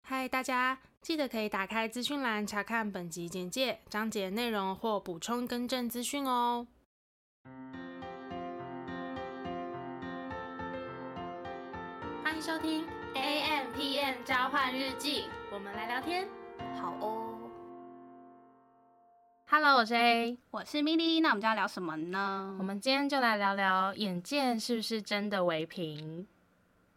嗨，大家记得可以打开资讯栏查看本集简介、章节内容或补充更正资讯哦。欢迎收听 A M P M 交换日记，我们来聊天。好哦， Hello，我是 A，我是 Milly，那我们今天要聊什么呢？我们今天就来聊聊眼见是不是真的为凭。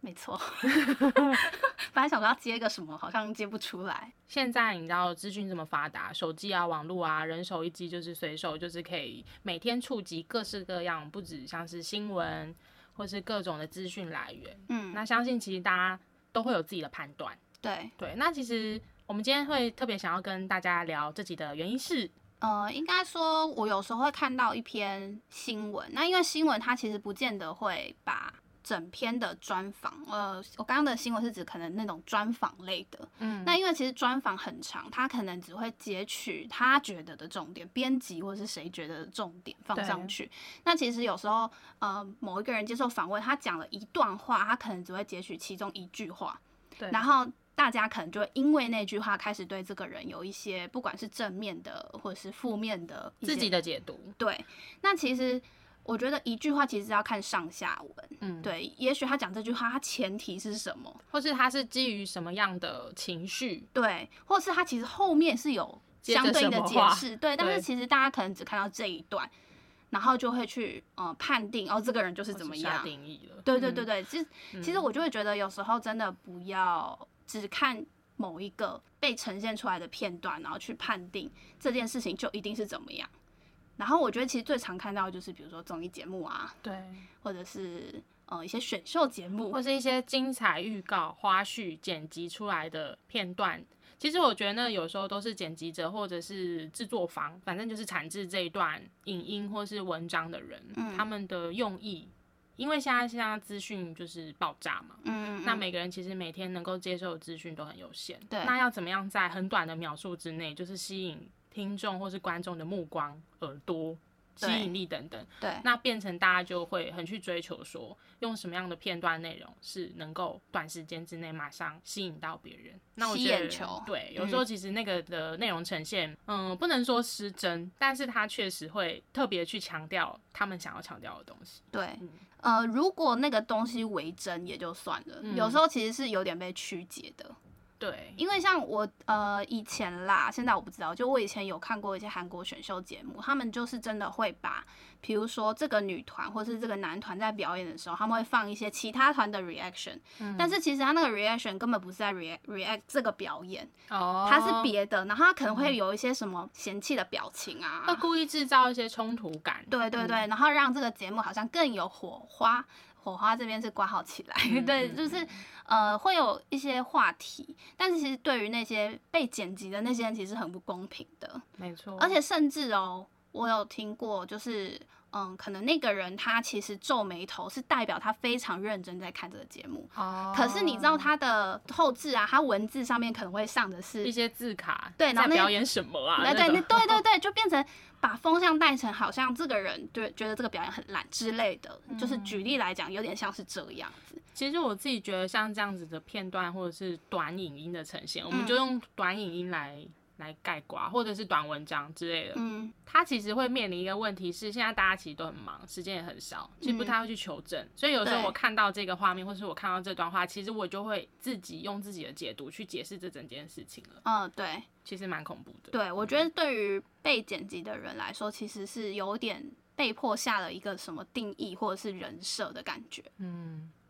没错， 本来想说要接个什么，好像接不出来。现在你知道资讯这么发达，手机啊、网络啊，人手一机，就是随手就是可以每天触及各式各样，不止像是新闻或是各种的资讯来源。嗯，那相信其实大家都会有自己的判断。对，对，那其实我们今天会特别想要跟大家聊这集的原因是，呃，应该说，我有时候会看到一篇新闻，那因为新闻它其实不见得会把整篇的专访，呃，我刚刚的新闻是指可能那种专访类的，嗯那因为其实专访很长，他可能只会截取他觉得的重点，编辑或是谁觉得的重点放上去。那其实有时候，呃，某一个人接受访问，他讲了一段话，他可能只会截取其中一句话，对然后大家可能就会因为那句话开始对这个人有一些，不管是正面的或者是负面的一些自己的解读，对。那其实我觉得一句话其实要看上下文，嗯，，对，也许他讲这句话，他前提是什么？或是他是基于什么样的情绪，对，或是它其实后面是有接着相对应的什么解话释，对，但对是其实大家可能只看到这一段，然后就会去呃判定哦这个人就是或怎么是下样，定义了？对对对嗯，对，其实其实我就会觉得有时候真的不要只看某一个被呈现出来的片段，然后去判定这件事情就一定是怎么样。然后我觉得其实最常看到的就是比如说综艺节目啊，对。或者是呃一些选秀节目，嗯或是一些精彩预告、花絮剪辑出来的片段。其实我觉得那有时候都是剪辑者或者是制作方，反正就是产制这一段影音或是文章的人，嗯他们的用意，因为现在现在资讯就是爆炸嘛，嗯，嗯那嗯每个人其实每天能够接受的资讯都很有限，对那要怎么样在很短的描述之内，就是吸引听众或是观众的目光、耳朵、吸对引力等等，对那变成大家就会很去追求说，用什么样的片段内容是能够短时间之内马上吸引到别人。那我吸觉得眼球对，嗯有时候其实那个的内容呈现，嗯不能说失真，但是它确实会特别去强调他们想要强调的东西。对嗯，呃，如果那个东西为真也就算了，嗯有时候其实是有点被曲解的。对，因为像我呃以前啦，现在我不知道，就我以前有看过一些韩国选秀节目，他们就是真的会把，比如说这个女团或是这个男团在表演的时候，他们会放一些其他团的 reaction，、但嗯是其实他那个 reaction 根本不是在 re react 这个表演，哦嗯他是别的，然后他可能会有一些什么嫌弃的表情啊，会故意制造一些冲突感。对对对，然后让这个节目好像更有火花。火花这边是挂号起来， 对，就是呃会有一些话题，但是其实对于那些被剪辑的那些人，其实很不公平的。没错，而且甚至哦，我有听过，就是嗯，可能那个人他其实皱眉头是代表他非常认真在看这个节目，哦，可是你知道他的后置啊，他文字上面可能会上的一是。些字卡对然在后那表演什么啊？对那对种对对 对对，就变成把风向带成好像这个人对觉得这个表演很烂之类的，嗯就是举例来讲，有点像是这样子。其实我自己觉得，像这样子的片段或者是短影音的呈现，我嗯们就用短影音来来概括，或者是短文章之类的。嗯，它其实会面临一个问题是，现在大家其实都很忙，时间也很少，其实不太会去求证。所以有时候嗯对我看到这个画面，或是我看到这段话，其实我就会自己用自己的解读去解释这整件事情了。嗯，对其实蛮恐怖的。对，我觉得对于被剪辑的人来说，其实是有点被迫下了一个什么定义或者是人设的感觉。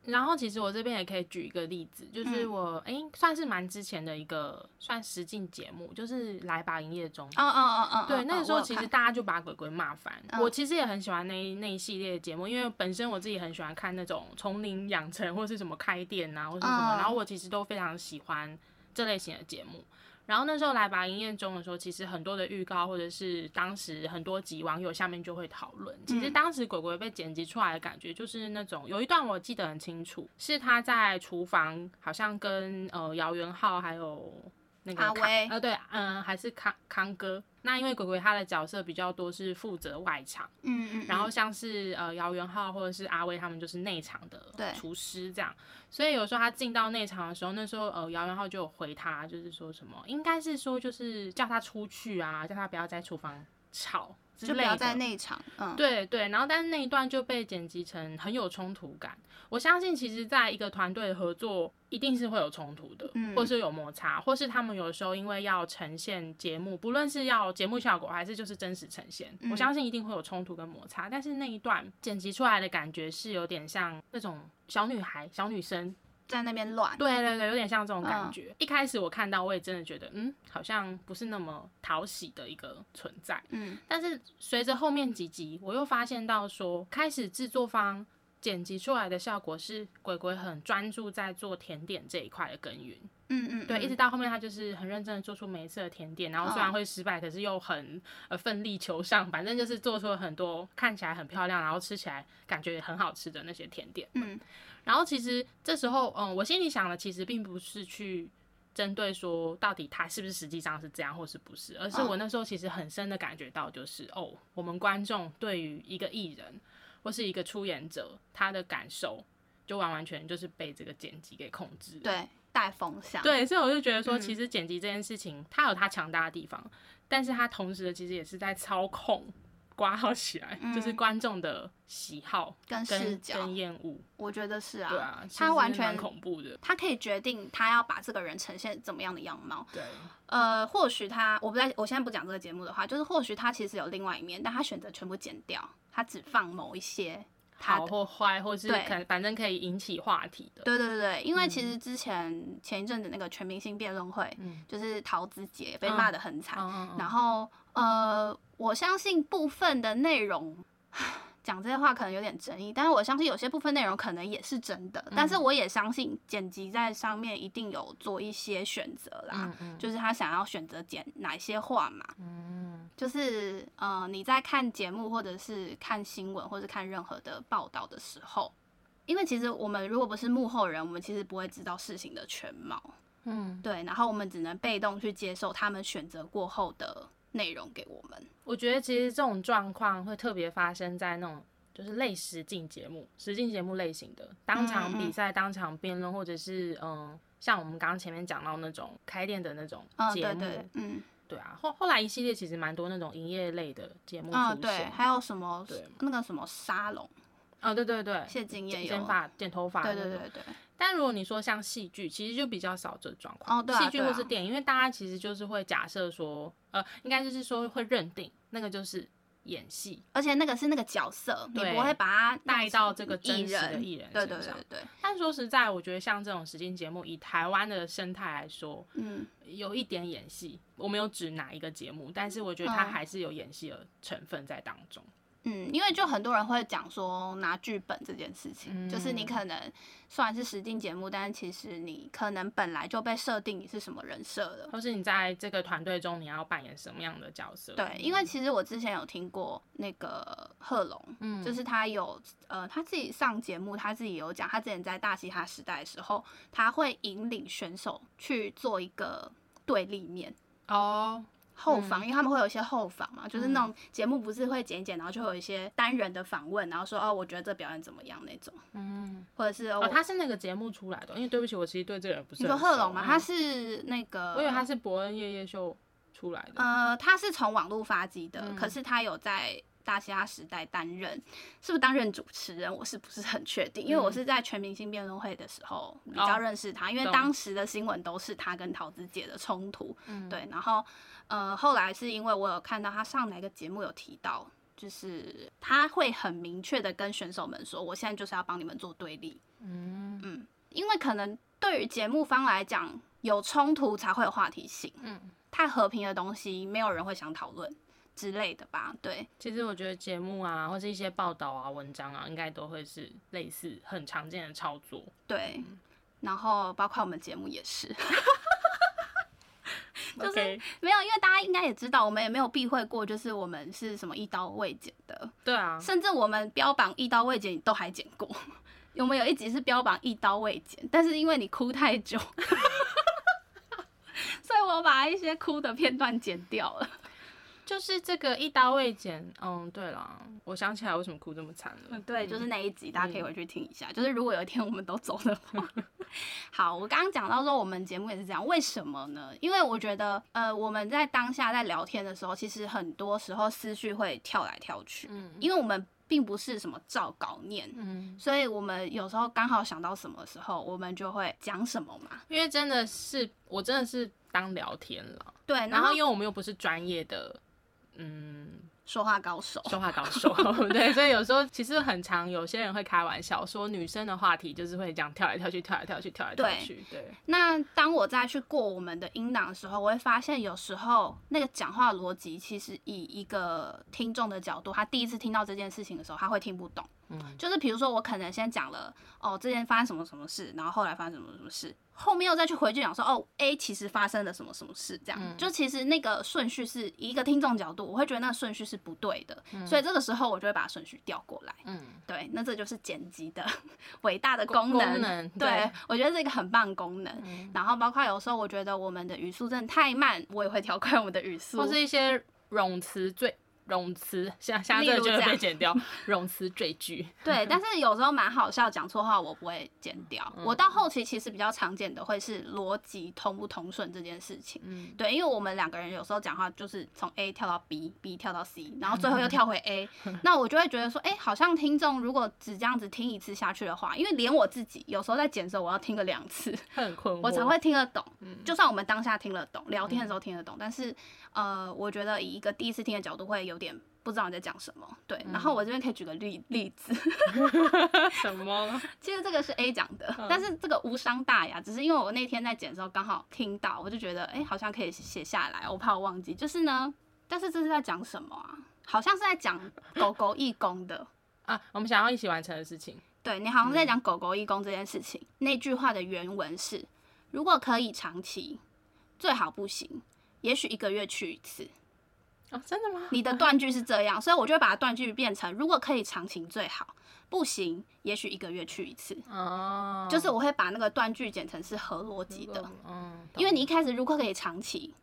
然后其实我这边也可以举一个例子，嗯就是我诶、算是蛮之前的一个算实境节目，就是《来吧营业中》。哦哦哦哦，嗯对，哦那哦个时候我有其实看嗯大家就把鬼鬼骂烦。我其实也很喜欢那一那一系列的节目，因为本身我自己很喜欢看那种丛林养成或是什么开店啊，或是什么，嗯然后我其实都非常喜欢这类型的节目。然后那时候来吧营业中的时候，其实很多的预告或者是当时很多集网友下面就会讨论。其嗯实当时鬼鬼被剪辑出来的感觉就是那种，有一段我记得很清楚，是他在厨房好像跟呃姚元浩还有那个阿康威呃，对，嗯、还是康康哥。那因为鬼鬼他的角色比较多是负责外场，嗯嗯，然后嗯像是呃姚元浩或者是阿威他们就是内场对的厨师这样，所以有时候他进到内场的时候，那时候呃姚元浩就有回他，就是说什么应该是说就是叫他出去啊，叫他不要在厨房吵之就不类要的。在内场，嗯，对对，然后但是那一段就被剪辑成很有冲突感。我相信，其实在一个团队合作，一定是会有冲突的，嗯或是有摩擦，或是他们有时候因为要呈现节目，不论是要节目效果还是就是真实呈现，嗯我相信一定会有冲突跟摩擦。但是那一段剪辑出来的感觉是有点像那种小女孩、小女生在那边乱，对对对，有点像这种嗯感觉。一开始我看到，我也真的觉得，嗯，好像不是那么讨喜的一个存在。嗯，但是随着后面几集，我又发现到说，开始制作方剪辑出来的效果是鬼鬼很专注在做甜点这一块的耕耘。嗯嗯，对，一嗯直到后面他就是很认真的做出每一次的甜点，然后虽然嗯会失败，可是又很呃奋力求上，反正就是做出了很多看起来很漂亮，然后吃起来感觉很好吃的那些甜点。嗯，然后其实这时候，嗯，我心里想的其实并不是去针对说到底他是不是实际上是这样或是不是，而是嗯我那时候其实很深的感觉到，就是哦，我们观众对于一个艺人或是一个出演者他的感受，就完完全就是被这个剪辑给控制了。对，带风向，，对，所以我就觉得说，嗯其实剪辑这件事情，它有它强大的地方，但是它同时其实也是在操控。挂号起来、就是嗯观众的喜好跟视跟角跟厌恶，我觉得是啊，对啊，其他实完蛮全恐怖的，他可以决定他要把这个人呈现怎么样的样貌。对，呃，或许他，我不在，我现在不讲这个节目的话，就是或许他其实有另外一面，但他选择全部剪掉，他只放某一些他好的。或坏，或是对可反正可以引起话题的，对对对对，因为其实之前、前一阵子那个全明星辩论会，嗯就是桃子姐被嗯骂得很惨，嗯然后呃，我相信部分的内容。 讲这些话可能有点争议，但是我相信有些部分内容可能也是真的，但嗯是我也相信剪辑在上面一定有做一些选择啦，嗯就是他想要选择剪哪些话嘛，嗯就是呃你在看节目或者是看新闻或者看任何的报道的时候，因为其实我们如果不是幕后人，我们其实不会知道事情的全貌，嗯，对，然后我们只能被动去接受他们选择过后的内容给我们。我觉得其实这种状况会特别发生在那种就是类实境节目、实境节目类型的，当场嗯嗯比赛、当场辩论，或者是嗯，像我们刚刚前面讲到那种开店的那种嗯，节对目，对，嗯对啊，后后来一系列其实蛮多那种营业类的节目嗯，出对，现，还有什么对那个什么沙龙，啊、对对对，谢金剪也剪有，发、剪头发，对对对对，但如果你说像戏剧，其实就比较少这状哦况。对啊戏剧对或啊是电影，因为大家其实就是会假设说，呃，应该就是说会认定那个就是演戏，而且那个是那个角色，你对不会把它带到这个艺真实的人，艺人对对身对上。对，但说实在，我觉得像这种实境节目，以台湾的生态来说，嗯，有一点演戏。我没有指哪一个节目，但是我觉得它嗯还是有演戏的成分在当中。嗯，因为就很多人会讲说拿剧本这件事情，就是你可能虽然是实境节目，但是其实你可能本来就被设定你是什么人设了。或是你在这个团队中，你要扮演什么样的角色？对，因为其实我之前有听过那个贺龙，嗯就是他有呃他自己上节目，他自己有讲，他之前在大嘻哈时代的时候，他会引领选手去做一个对立面。哦，后访，因为他们会有一些后访嘛，就是那种节目不是会剪一剪，然后就会有一些单人的访问，然后说哦，我觉得这表演怎么样那种，嗯，或者是哦，哦，他是那个节目出来的，哦因为对不起，我其实对这个人不是你说很贺熟龙嘛，嗯他是那个，我以为他是伯恩夜夜秀出来的。呃，他是从网络发迹的，嗯可是他有在大嘻哈时代担任，是不是担任主持人？我是不是很确定？因为我是在全明星辩论会的时候比较嗯哦认识他，因为懂当时的新闻都是他跟桃子姐的冲突，嗯对。然后呃，后来是因为我有看到他上哪个节目有提到。就是他会很明确的跟选手们说，我现在就是要帮你们做对立，嗯因为可能对于节目方来讲，有冲突才会有话题性。嗯，太和平的东西，没有人会想讨论之类的吧？对，其实我觉得节目啊，或是一些报道啊、文章啊，应该都会是类似很常见的操作。对。嗯然后包括我们节目也是，就是 OK，没有，因为大家应该也知道，我们也没有避讳过，就是我们是什么一刀未剪的，对啊，甚至我们标榜一刀未剪都还剪过。 我们有一集是 标榜一刀未剪，但是因为你哭太久，所以我把一些哭的片段剪掉了。就是这个一刀未剪，嗯，对了，我想起来为什么哭这么惨了。嗯对，就是那一集，大家嗯可以回去听一下。就是如果有一天我们都走的 话， 好，我刚刚讲到说我们节目也是这样，为什么呢？因为我觉得，呃，我们在当下在聊天的时候，其实很多时候思绪会跳来跳去，嗯因为我们并不是什么照稿念。嗯，所以我们有时候刚好想到什么时候，我们就会讲什么嘛。因为真的是我真的是当聊天了，对，然然后后因为我们又不是专业的，嗯，说话高手，说话高手， 对，所以有时候其实很常有些人会开玩笑说女生的话题就是会这样跳来跳去，跳来跳去，跳来跳去，对，那当我再去过我们的音档的时候，我会发现有时候那个讲话逻辑，其实以一个听众的角度，他第一次听到这件事情的时候，他会听不懂。嗯，就是比如说，我可能先讲了哦，之前发生什么什么事，然后后来发生什么什么事，后面又再去回去讲说哦，A 其实发生了什么什么事，这样、嗯就其实那个顺序是以一个听众角度，我会觉得那个顺序是不对的，所以这个时候我就会把顺序调过来。嗯，对，那这就是剪辑的 伟大的功功能。能对对，嗯我觉得是一个很棒的功能。然后包括有时候我觉得我们的语速真的太慢，我也会调快我们的语速。或是一些冗词最冗词，像像例这个如就这会被样剪 掉，冗词赘句， 对，但是有时候蛮好笑，讲错话我不会剪掉。我到后期其实比较常见的会是逻辑通不通顺这件事情。嗯对，因为我们两个人有时候讲话就是从 A 跳到 B，B 跳到 C，然后最后又跳回 A，那我就会觉得说，哎、好像听众如果只这样子听一次下去的话，因为连我自己有时候在剪的时候，我要听个两次，会很困惑，我才会听得懂。就算我们当下听得懂，聊天的时候听得懂，但是呃，我觉得以一个第一次听的角度会有点不知道你在讲什么。对，然后我这边可以举个例例子，什么？其实这个是 A 讲的，但是这个无伤大雅，只是因为我那天在剪的时候刚好听到，我就觉得哎、诶好像可以写下来，我怕我忘记。就是呢，但是这是在讲什么啊？好像是在讲狗狗义工的。 啊，我们想要一起完成的事情。对你好像在讲狗狗义工这件事情。那句话的原文是：如果可以长期，最好不行，也许一个月去一次。哦，真的吗？你的断句是这样，所以我就会把它断句变成：如果可以长期最好，不行，也许一个月去一次。哦，就是我会把那个断句剪成是合逻辑的，嗯，因为你一开始如果可以长期，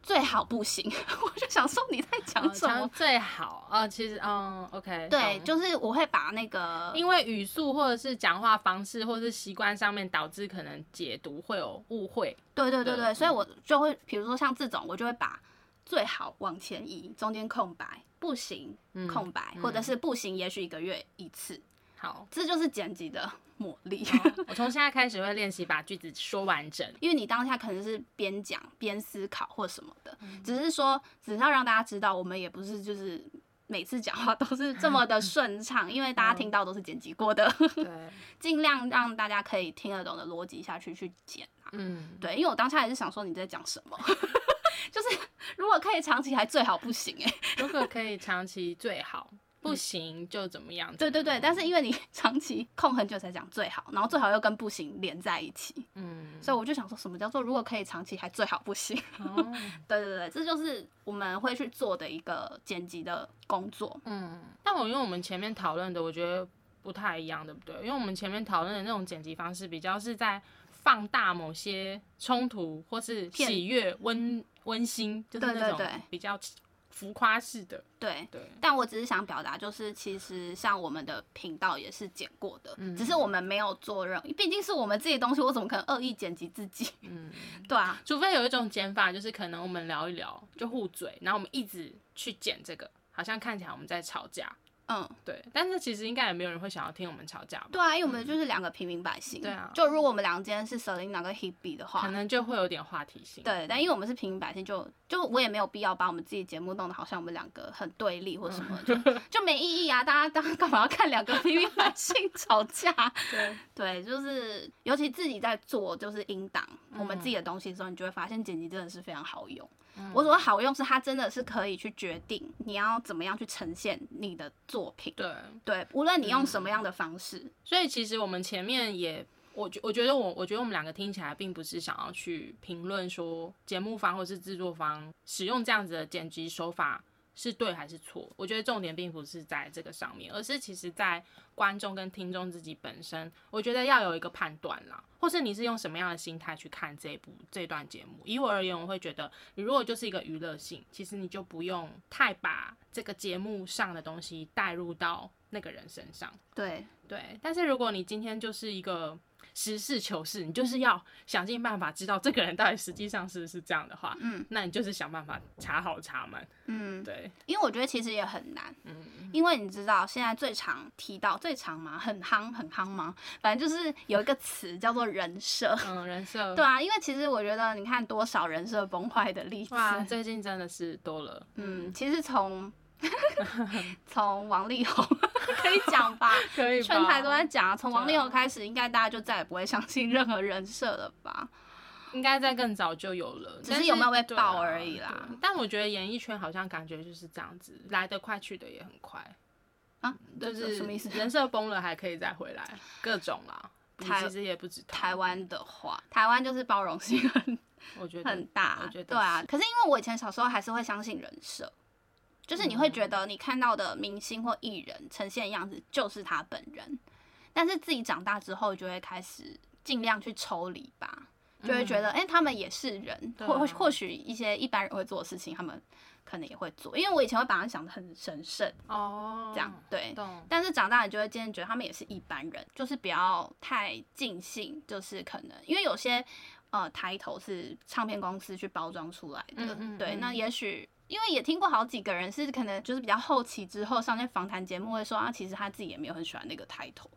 最好不行。 我就想说你在讲什讲么？最好啊、其实嗯，OK，对，懂就是我会把那个因为语速或者是讲话方式或者是习惯上面导致可能解读会有误会，对对对对嗯对，所以我就会，比如说像这种，我就会把最好往前移，中间空白，不行嗯空白，或者是不行，也许一个月一次，好，这就是剪辑的魔力。我从现在开始会练习把句子说完整。 因为你当下可能是边讲边思考或什么的，嗯只是说，只是要让大家知道，我们也不是就是每次讲话都是这 么的顺畅，因为大家听嗯到都是剪辑过的，对，尽量让大家可以听得懂的逻辑下去去剪啊。嗯，对，因为我当下也是想说你在讲什么， 就是如果可以长期还最好不行哎、如果可以长期最好，不行就怎么样？对对对，但是是因为你 长期空很久才讲最好，然后最好又跟不行连在一起，嗯，所以我就想说什么叫做如果可以长期还最好不行？ 哦，对对对，这就是我们会去做的一个剪辑的工作。嗯，但我因为我们前面讨论的，我觉得不太一样，对不对？因为我们前面讨论的那种剪辑方式，比较是在放大某些冲突或是片喜悦、温温馨，就是那对对种对比较浮夸式的，对，对。但我只是想表达，就是其实像我们的频道也是剪过的，嗯只是我们没有做任，毕竟是我们自己的东西，我怎么可能恶意剪辑自己？嗯， 对啊，除非有一种剪法，就是可能我们聊一聊就互嘴，然后我们一直去剪这个，好像看起来我们在吵架，嗯。对。但是其实应该也没有人会想要听我们吵架吧？对啊，因为我们就是两个平民百姓。嗯对啊就如果我们两个今天是 Selina 跟 Hebe 的可话，能就会有点话题性。对，但因为我们是平民百姓，就就我也没有必要把我们自己节目弄得好像我们两个很对立或什么，就嗯就没意义啊！大家大家干嘛要看两个平民百姓 吵架？对，对，就是尤其自己在做就是音档我们嗯自己的东西的时候，你就会发现剪辑真的是非常好用。我所谓好用，是它真的是可以去决定你要怎么样去呈现你的作品。对。对，无论你用什么嗯样的方式，所以其实我们前面也，我觉我觉得我我觉得我们两个听起来并不是想要去评论说节目方或是制作方使用这样子的剪辑手法是对还是错，我觉得重点并不是在这个上面，而是其实在观众跟听众自己本身，我觉得要有一个判断啦，或是你是用什么样的心态去看这一部这段节目。以我而言，我会觉得你如果就是一个娱乐性，其实你就不用太把这个节目上的东西带入到那个人身上。对，对，但是如果你今天就是一个实事求是，你就是要想尽办法知道这个人到底实际上是不是这样的话，嗯，那你就是想办法查好查满，嗯，对，因为我觉得其实也很难，嗯，因为你知道现在最常提到最常嘛，很夯很夯嘛，反正就是有一个词叫做人设。 嗯，人设，对啊，因为其实我觉得你看多少人设崩坏的例子，哇，最近真的是多了，嗯，其实从 从王力宏可以讲 吧，可以全吧台都在讲啊，从王力宏对啊开始，应该大家就再也不会相信任何人设了吧？应该在更早就有了，只但是有没有被对啊爆而已啦对但我觉得演艺圈好像感觉就是这样子，来得快去得也很快，啊，就这是什么意思？人设崩了还可以再回来，各种啦，你台其实也不知道，台湾的话，台湾就是包容性很我觉得很大，我觉得对啊。可是因为我以前小时候还是会相信人设，就是你会嗯觉得你看到的明星或艺人呈现的样子就是他本人，但是自己长大之后就会开始尽量去抽离吧，就会觉得哎、诶他们也是人，嗯对啊或或或许一些一般人会做的事情，他们可能也会做，因为我以前会把他想的很神圣，哦，这样、对。懂。但是长大，你就会渐渐觉得他们也是一般人，就是不要太尽信，就是可能因为有些呃抬头是唱片公司去包装出来的，嗯嗯对，嗯那也许。因为也听过好几个人是可能就是比较后期之后上那访谈节目会说啊，其实他自己也没有很喜欢那个抬头，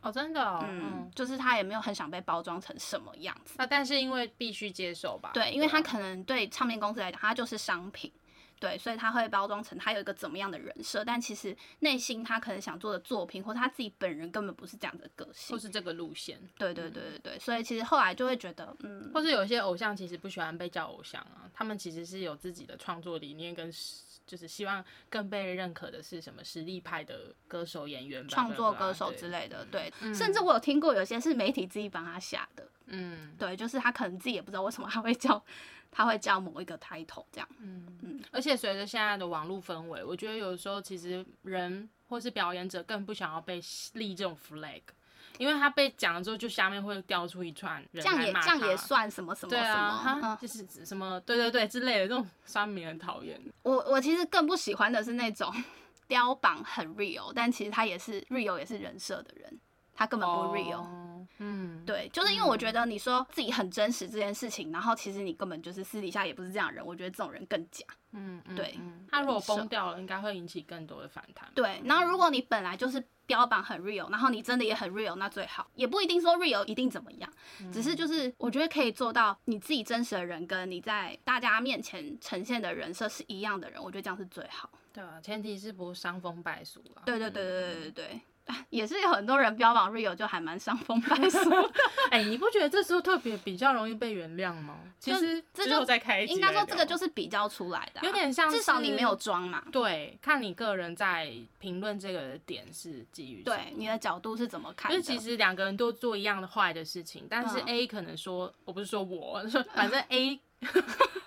哦，真的、哦，嗯，，就是他也没有很想被包装成什么样子，那啊但是因为必须接受吧，对，因为他啊可能对唱片公司来讲，他就是商品，对，所以他会包装成他有一个怎么样的人设，但其实内心他可能想做的作品，或他自己本人根本不是这样的个性或。是这嗯个路线，对对对对对，所以其实后来就会觉得，嗯，或是有一些偶像其实不喜欢被叫偶像啊，他们其实是有自己的创作理念跟实。就是希望更被认可的是什么实力派的歌手、演员、创作 blah blah blah，歌手对之类的，对，甚至我有听过有些是媒体自己帮他下的，嗯，对，就是他可能自己也不知道为什么他会叫，他会叫某一个 title 这样，而且随着现在的网络氛围，我觉得有时候其实人或是表演者更不想要被立这种 flag，因为他被讲了之后，就下面会掉出一串人这样来也骂这样也他啊算什么什么对什啊，么，嗯他就是什么对对对之类的这种酸民很讨厌。我我其实更不喜欢的是那种 标榜很 real，但其实他也是 real 也是人设的人，他根本不 real。哦嗯，对，就是因为我觉得你说自己很真实这件事情，然后其实你根本就是私底下也不是这样的人，我觉得这种人更假。嗯，嗯对嗯他如果人设崩掉了，应该会引起更多的反弹。对，然后如果你本来就是标榜很 real，然后你真的也很 real，那最好，也不一定说 real 一定怎么样，只嗯是就是我觉得可以做到你自己真实的人跟你在大家面前呈现的人设是一样的人，我觉得这样是最好。对啊，前提是不伤风败俗啊啦。对对对对对对对。 啊也是有很多人标榜 real 就还蛮伤风败 俗的，哎、你不觉得这时候特别比较容易被原谅吗？其就实这之就后再开一集应该来说这聊个就是比较出来的啊、有点像至少你是没有装嘛，对，看你个人在评论这个的点是基于什对么你的角度是怎么看就的？是其实两个人都做一样的坏的事情，但是嗯 A 可能说，我不是说我， 说反正 A，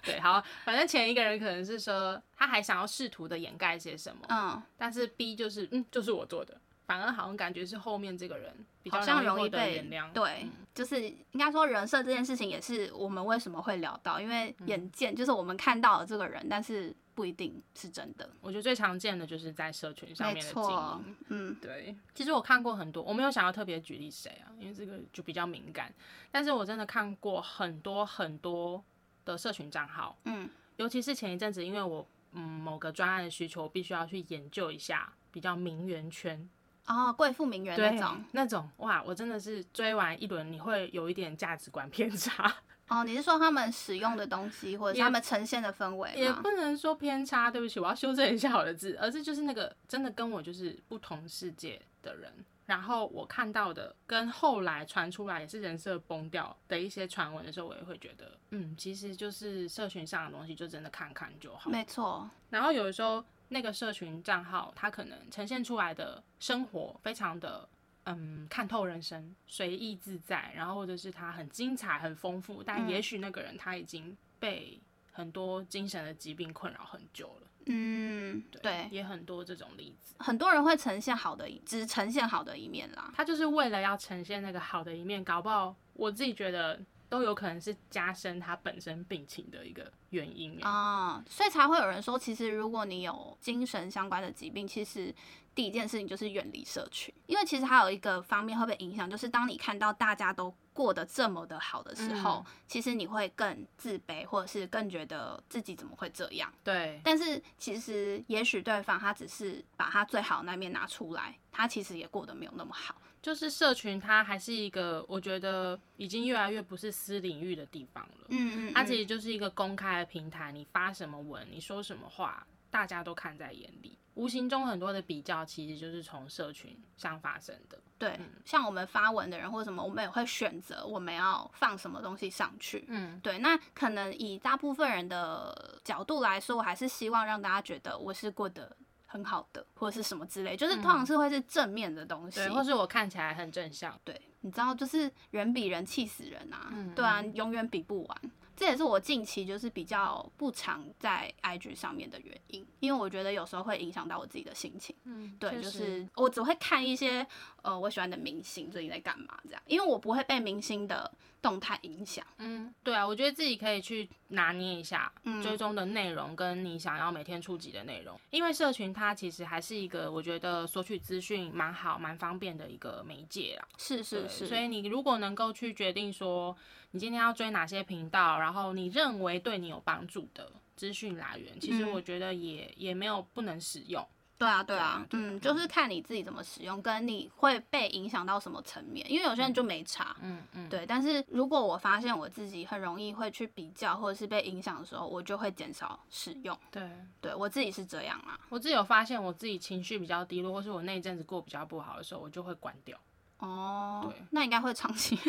对，好，反正前一个人可能是说他还想要试图的掩盖些什么，嗯，但是 B 就是嗯，就是我做的，反而好像感觉是后面这个人比较好像容容获易得被原谅，对，就是应该说人设这件事情也是我们为什么会聊到，因为眼见就是我们看到了这个人，但是不一定是真的。我觉得最常见的就是在社群上没面的经营错。，嗯，对，其实我看过很多，我没有想要特别举例谁啊，因为这个就比较敏感。但是我真的看过很多很多的社群账号，嗯，尤其是前一阵子，因为我嗯某个专案的需求，我必须要去研究一下比较名媛圈哦，贵妇名媛那种。那种哇，我真的是追完一轮，你会有一点价值观偏差。 哦，你是说他们使用的东西，或者是也他们呈现的氛围也吗？不能说偏差，对不起，我要修正一下我的字，而是就是那个真的跟我就是不同世界的人，然后我看到的跟后来传出来也是人设崩掉的一些传闻的时候，我也会觉得，嗯，其实就是社群上的东西就真的看看就好。没错，然后有的时候那个社群账号，它可能呈现出来的生活非常的。嗯，看透人生，随意自在，然后或者是他很精彩、很丰富，但也许那个人他已经被很多精神的疾病困扰很久了。嗯，对，也很多这种例子。很多人会呈现好的一，只呈现好的一面啦。他就是为了要呈现那个好的一面，搞不好我自己觉得都有可能是加深他本身病情的一个原因。欸啊、所以才会有人说，其实如果你有精神相关的疾病，其实第一件事情就是远离社群，因为其实还有一个方面会被影响，就是当你看到大家都过得这么的好的时候，其实你会更自卑，或者是更觉得自己怎么会这样。对，但是其实也许对方他只是把他最好的那面拿出来，他其实也过得没有那么好。就是社群它还是一个，我觉得已经越来越不是私领域的地方了。嗯它其实就是一个公开的平台，你发什么文，你说什么话，大家都看在眼里。无形中很多的比较，其实就是从社群上发生的。对，像我们发文的人或什么，我们也会选择我们要放什么东西上去。嗯，对，那可能以大部分人的角度来说，我还是希望让大家觉得我是过得很好的，或者是什么之类，就是通常是会是正面的东西。嗯对，或是我看起来很正向。对，你知道，就是人比人气死人啊，嗯对啊，永远比不完。这也是我近期就是比较不常在 IG 上面的原因，因为我觉得有时候会影响到我自己的心情。嗯，对，确就实是我只会看一些呃我喜欢的明星最近在干嘛这样，因为我不会被明星的动态影响。嗯，对啊，我觉得自己可以去拿捏一下嗯追踪的内容跟你想要每天触及的内容，因为社群它其实还是一个我觉得索取资讯蛮好、蛮方便的一个媒介啊啦。是对是是，所以你如果能够去决定说你今天要追哪些频道，然后你认为对你有帮助的资讯来源，其实嗯我觉得也、也没有不能使用。对啊对啊啊，对啊嗯，就是看你自己怎么使用，跟你会被影响到什么层面，因为有些人就没差。嗯嗯，对，但是如果我发现我自己很容易会去比较或者是被影响的时候，我就会减少使用。对。对我自己是这样啦。我自己有发现，我自己情绪比较低落，或是我那一阵子过比较不好的时候，我就会关掉。哦对，那应该会长期。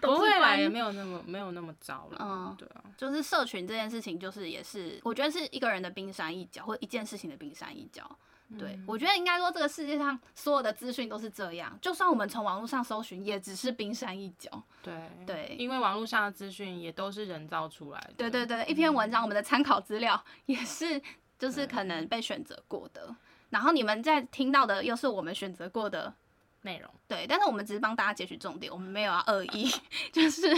不会啦，关也没有那么没有那么糟了。嗯对啊，就是社群这件事情，就是也是我觉得是一个人的冰山一角，或一件事情的冰山一角。对，我觉得应该说这个世界上所有的资讯都是这样，就算我们从网络上搜寻，也只是冰山一角。对对因为网络上的资讯也都是人造出来的。对对对，一篇文章我们的参考资料也是，就是可能被选择过的，然后你们在听到的又是我们选择过的。内容，对，但是我们只是帮大家截取重点，我们没有要恶意， 就是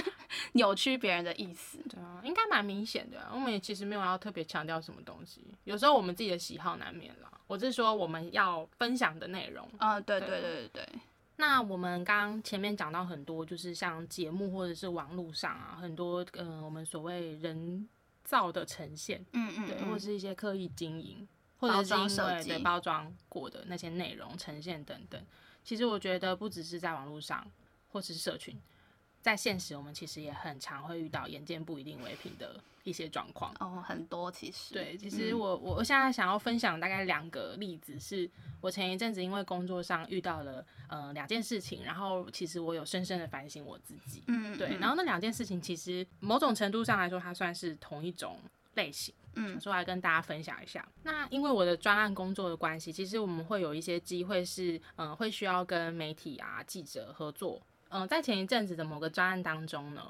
扭曲别人的意思。对啊，应该蛮明显的啊。我们也其实没有要特别强调什么东西，有时候我们自己的喜好难免啦。我是说我们要分享的内容。嗯，对对对对对对，那我们刚刚前面讲到很多，就是像节目或者是网络上啊，很多嗯、呃我们所谓人造的呈现，嗯嗯，对，嗯或是一些刻意经营，或包者是装因设为对计包装过的那些内容呈现等等。其实我觉得不只是在网络上或是社群，在现实我们其实也很常会遇到眼见不一定为凭的一些状况。哦，很多其实。对，其实嗯我我我现在想要分享大概两个例子，是我前一阵子因为工作上遇到了呃两件事情，然后其实我有深深的反省我自己。嗯，对，嗯然后那两件事情其实某种程度上来说，它算是同一种类型。嗯想说来跟大家分享一下。那因为我的专案工作的关系，其实我们会有一些机会是，嗯、会需要跟媒体啊、记者合作。嗯、在前一阵子的某个专案当中呢，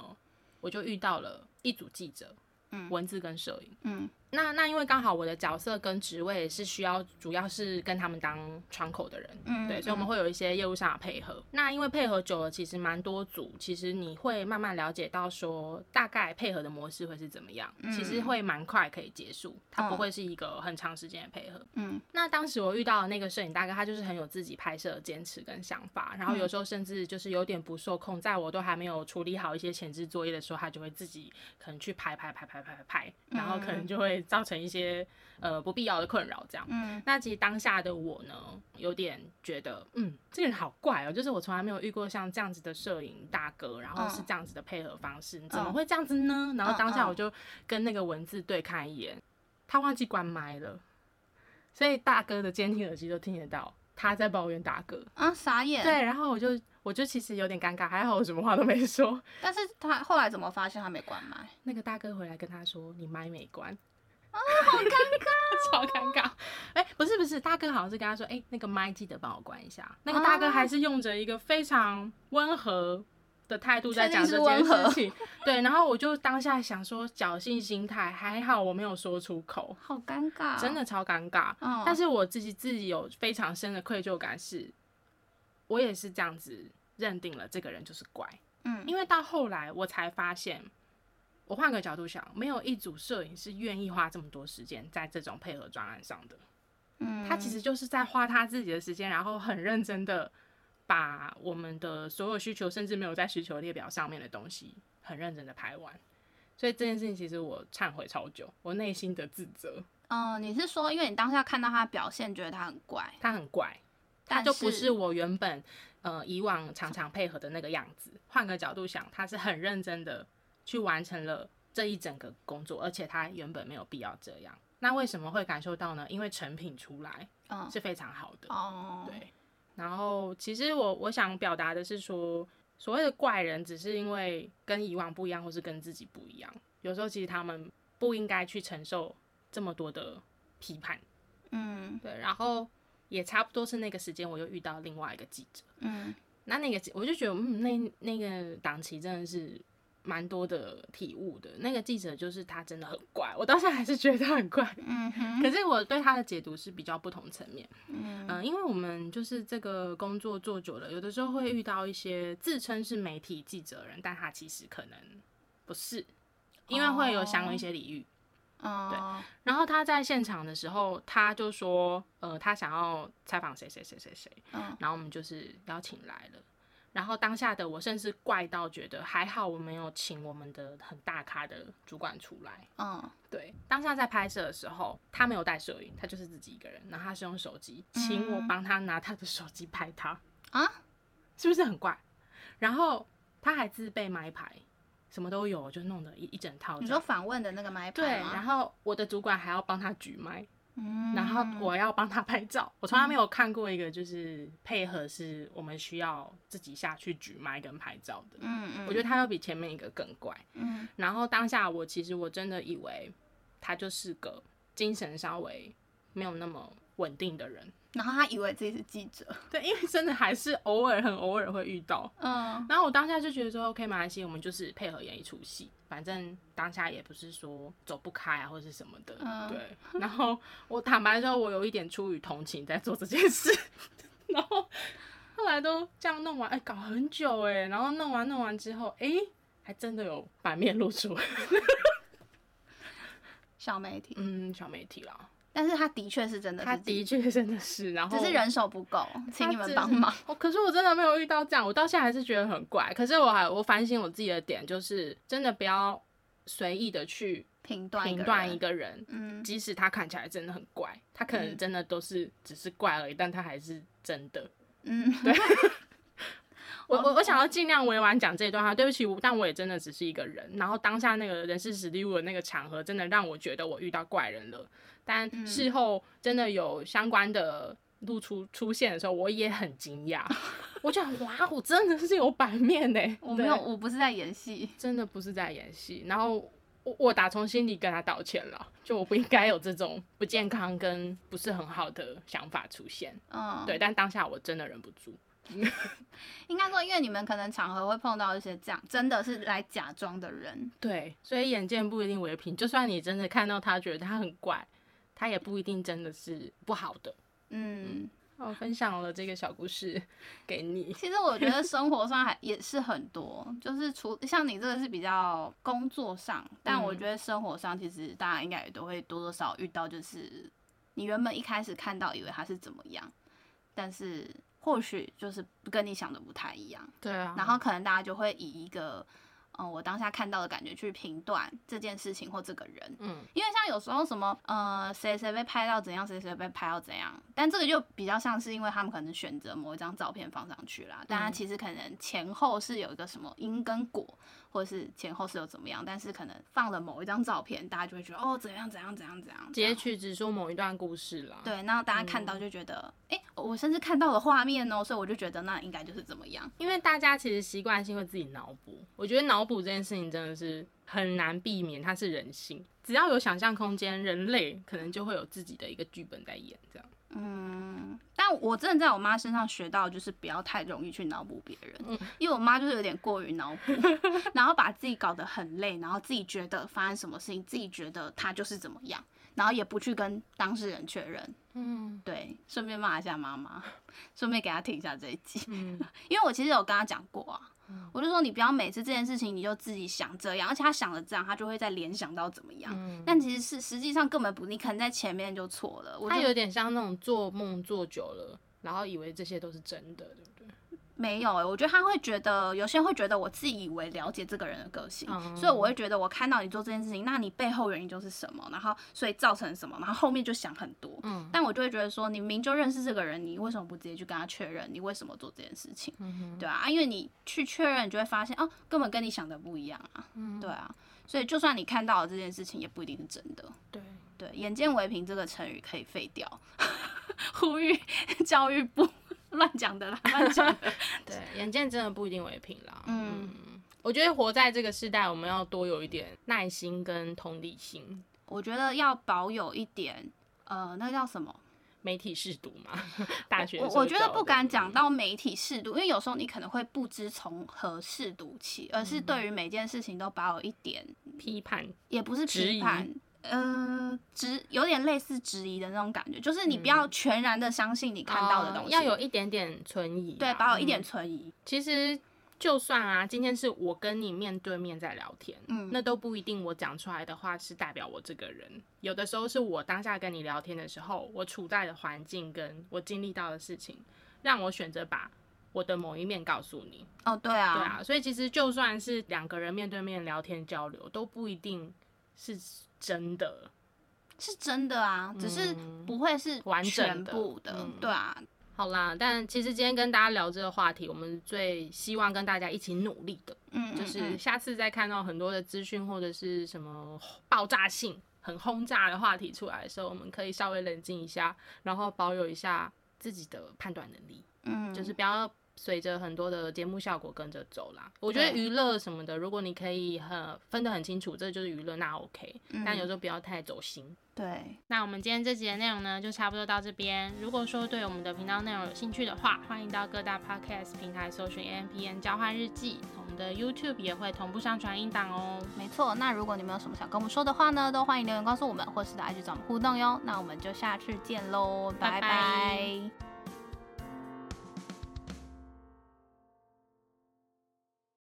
我就遇到了一组记者，嗯文字跟摄影。嗯那那因为刚好我的角色跟职位是需要，主要是跟他们当窗口的人，嗯对，所以我们会有一些业务上的配合。那因为配合久了，其实蛮多组，其实你会慢慢了解到说大概配合的模式会是怎么样，其嗯实会蛮快可以结束，它不哦会是一个很长时间的配合。嗯那当时我遇到的那个摄影大哥，他就是很有自己拍摄的坚持跟想法，然后有时候甚至就是有点不受控，在我都还没有处理好一些前置作业的时候，他就会自己可能去拍拍拍拍拍拍拍，然后可能就会造成一些呃不必要的困扰这样。嗯那其实当下的我呢，有点觉得，嗯，这个人好怪哦，就是我从来没有遇过像这样子的摄影大哥，然后是嗯这样子的配合方式，你怎么嗯会这样子呢？然后当下嗯我就跟那个文字对看一眼，他忘记关麦了，所以大哥的监听耳机都听得到他在抱怨大哥。啊，傻眼。，对，然后我就我就其实有点尴尬，还好我什么话都没说。但是他后来怎么发现他没关麦？那个大哥回来跟他说：“你麦没关。”哦啊，好尴 尬，超尴尬！哎、不是不是，大哥好像是跟他说：“哦哎、那个麦记得帮我关一下。”那个大哥还是用着一个非常温和、的态度在讲确定这是件温和事情。对，然后我就当下想说侥幸心态，还好我没有说出口，好尴尬，真，的超尴尬。嗯，但是我自己自己有非常深的愧疚感是，我也是这样子认定了这个人就是怪，嗯，因为到后来我才发现，我换个角度想，没有一组摄影师愿意花这么多时间在这种配合专案上的，嗯，他其实就是在花他自己的时间，然后很认真的把我们的所有需求，甚至没有在需求列表上面的东西，很认真的拍完。所以这件事情其实我忏悔超久，我内心的自责，嗯、你是说，因为你当下看到他的表现，觉得他很怪，他很怪。但就不是我原本呃以往常常配合的那个样子。换个角度想，他是很认真的去完成了这一整个工作，而且他原本没有必要这样。那为什么会感受到呢？因为成品出来嗯是非常好的。哦，对，然后其实我我想表达的是说，所谓的怪人，只是因为跟以往不一样，或是跟自己不一样。有时候其实他们不应该去承受这么多的批判。嗯对，然后也差不多是那个时间，我又遇到另外一个记者。嗯那那个记我就觉得，嗯，那那个档期真的是蛮多的体悟的。那个记者就是他真的很怪，我到现在还是觉得他很怪。嗯哼，可是我对他的解读是比较不同层面，嗯、嗯因为我们就是这个工作做久了，有的时候会遇到一些自称是媒体记者的人，但他其实可能不是，因为会有享有一些礼遇。哦，然后他在现场的时候，他就说，呃，他想要采访谁谁谁谁谁，嗯然后我们就是邀请来了。然后当下的我甚至怪到觉得还好我没有请我们的很大咖的主管出来。嗯对，当下在拍摄的时候，他没有带摄影，他就是自己一个人，然后他是用手机，请我帮他拿他的手机拍他，嗯啊， 是不是很怪？然后他还自备麦牌，什么都有，就弄得一一整套这你样。说访问的那个麦对，牌然吗？后我的主管还要帮他举麦，嗯，然后我要帮他拍照。我从来没有看过一个就是配合是我们需要自己下去举麦跟拍照的。嗯嗯，我觉得他要比前面一个更怪。嗯然后当下我其实我真的以为他就是个精神稍微没有那么稳定的人， 然后他以为自己是记者，对，因为真的还是偶尔很偶尔会遇到。嗯然后我当下就觉得说，OK，马来西亚我们就是配合演一出戏，反正当下也不是说走不开啊，或是什么的，嗯对。然后我坦白说，我有一点出于同情在做这件事， 然后后来都这样弄完，哎、搞很久哎、然后弄完弄完之后，哎、还真的有版面露出，小媒体， 嗯，小媒体啦，但是他的确是真的他是的记确真的是，然者，后只是人手不够，请你们帮忙。哦，可是我真的没有遇到这样，我到现在还是觉得很怪。可是我还我反省我自己的点，就是真的不要随意的去评断评个断人一，个人，嗯即使他看起来真的很怪，他可能嗯真的都是只是怪而已，但他还是真的。嗯， 我我我哦想要尽量委婉讲这一段话，对不起，我但我也真的只是一个人。然后当下那个人事实力物的那个场合，真的让我觉得我遇到怪人了。但嗯事后真的有相关的露出出现的时候，我也很惊 讶，我就想哇，我真的是有版面呢、我没对有，我不是在演戏，真的不是在演戏。然后我我打从心里跟他道歉了，就我不应该有这种不健康跟不是很好的想法出现。嗯，对，但当下我真的忍不住。应该说，因为你们可能场合会碰到一些这样，真的是来假装的人，对，所以眼见不一定为凭，就算你真的看到他觉得他很怪，他也不一定真的是不好的。嗯，我分享了这个小故事给你，其实我觉得生活上还也是很多，就是除像你这个是比较工作上，但我嗯觉得生活上其实大家应该也都会多多少少遇到，就是你原本一开始看到以为他是怎么样，但是或许就是跟你想的不太一样，对啊然后可能大家就会以一个。嗯，我当下看到的感觉去评断这件事情或这个人，嗯，因为像有时候什么呃谁谁被拍到怎样，谁谁被拍到怎样，但这个就比较像是因为他们可能选择某一张照片放上去啦，但他其实可能前后是有一个什么因跟果，或者是前后是有怎么样，但是可能放了某一张照片，大家就会觉得哦怎样怎样怎样怎样，截取只说某一段故事啦。对，那大家看到就觉得诶，我甚至看到了画面哦，所以我就觉得那应该就是怎么样，因为大家其实习惯性会自己脑补，我觉得脑补这件事情真的是很难避免，它是人性。只要有想象空间，人类可能就会有自己的一个剧本在演这样。嗯，但我真的在我妈身上学到，就是不要太容易去脑补别人，因为我妈就是有点过于脑补，然后把自己搞得很累，然后自己觉得发生什么事情，自己觉得她就是怎么样，然后也不去跟当事人确认。嗯对，顺便骂一下妈妈，顺便给她听一下这一集，嗯， 因为我其实有跟她讲过啊，我就说你不要每次这件事情你就自己想这样，而且她想了这样，她就会再联想到怎么样，但其实是实际上根本不，你可能在前面就错了，我就他有点像那种做梦做久了，然后以为这些都是真的，对不对？没有、欸，我觉得他会觉得，有些人会觉得我自以为了解这个人的个性，所以我会觉得我看到你做这件事情，那你背后原因就是什么，然后所以造成什么，然后后面就想很多。嗯，但我就会觉得说，你明就认识这个人，你为什么不直接去跟他确认你为什么做这件事情？对啊，啊因为你去确认，你就会发现哦，根本跟你想的不一样啊。对啊，所以就算你看到了这件事情，也不一定是真的。对，对，眼见为凭这个成语可以废掉， 呼吁教育部 乱讲的啦，乱讲的。对，眼见真的不一定为凭啦。嗯嗯，我觉得活在这个时代，我们要多有一点耐心跟同理心。我觉得要保有一点，呃，那个叫什么？媒体试读嘛， 大学的我时候我觉得教不的敢讲到媒体适度，因为有时候你可能会不知从何适度起，而是嗯对于每件事情都保有一点，批判，也不是质批疑判。呃，质有点类似质疑的那种感觉，就是你不要全然的相信你看到嗯的哦东西，要有一点点存疑啦，对，保有一嗯点存疑。其实就算啊，今天是我跟你面对面在聊天，嗯，那都不一定我讲出来的话是代表我这个人。有的时候是我当下跟你聊天的时候，我处在的环境跟我经历到的事情，让我选择把我的某一面告诉你。哦，对啊，对啊，所以其实就算是两个人面对面聊天交流，都不一定是真的。是真的啊，只是不会是嗯完整全的部的，嗯对啊，好啦，但其实今天跟大家聊这个话题，我们最希望跟大家一起努力的，嗯，就嗯是下次再看到很多的资讯或者是什么爆炸性、很轰炸的话题出来的时候，我们可以稍微冷静一下，然后保有一下自己的判断能力，嗯，就是不要随着很多的节目效果跟着走啦。我觉得对娱乐什么的，如果你可以很分得很清楚，这就是娱乐，那 OK，但有时候不要太走心。对，嗯那我们今天这集的内容呢，就差不多到这边。如果说对我们的频道内容有兴趣的话，欢迎到各大 podcast 平台搜寻 A M P N 交换日记，我们的 YouTube 也会同步上传音档哦。没错，那如果你们有什么想跟我们说的话呢，都欢迎留言告诉我们，或是来 IG 找我们互动哟。那我们就下次见喽，拜拜拜拜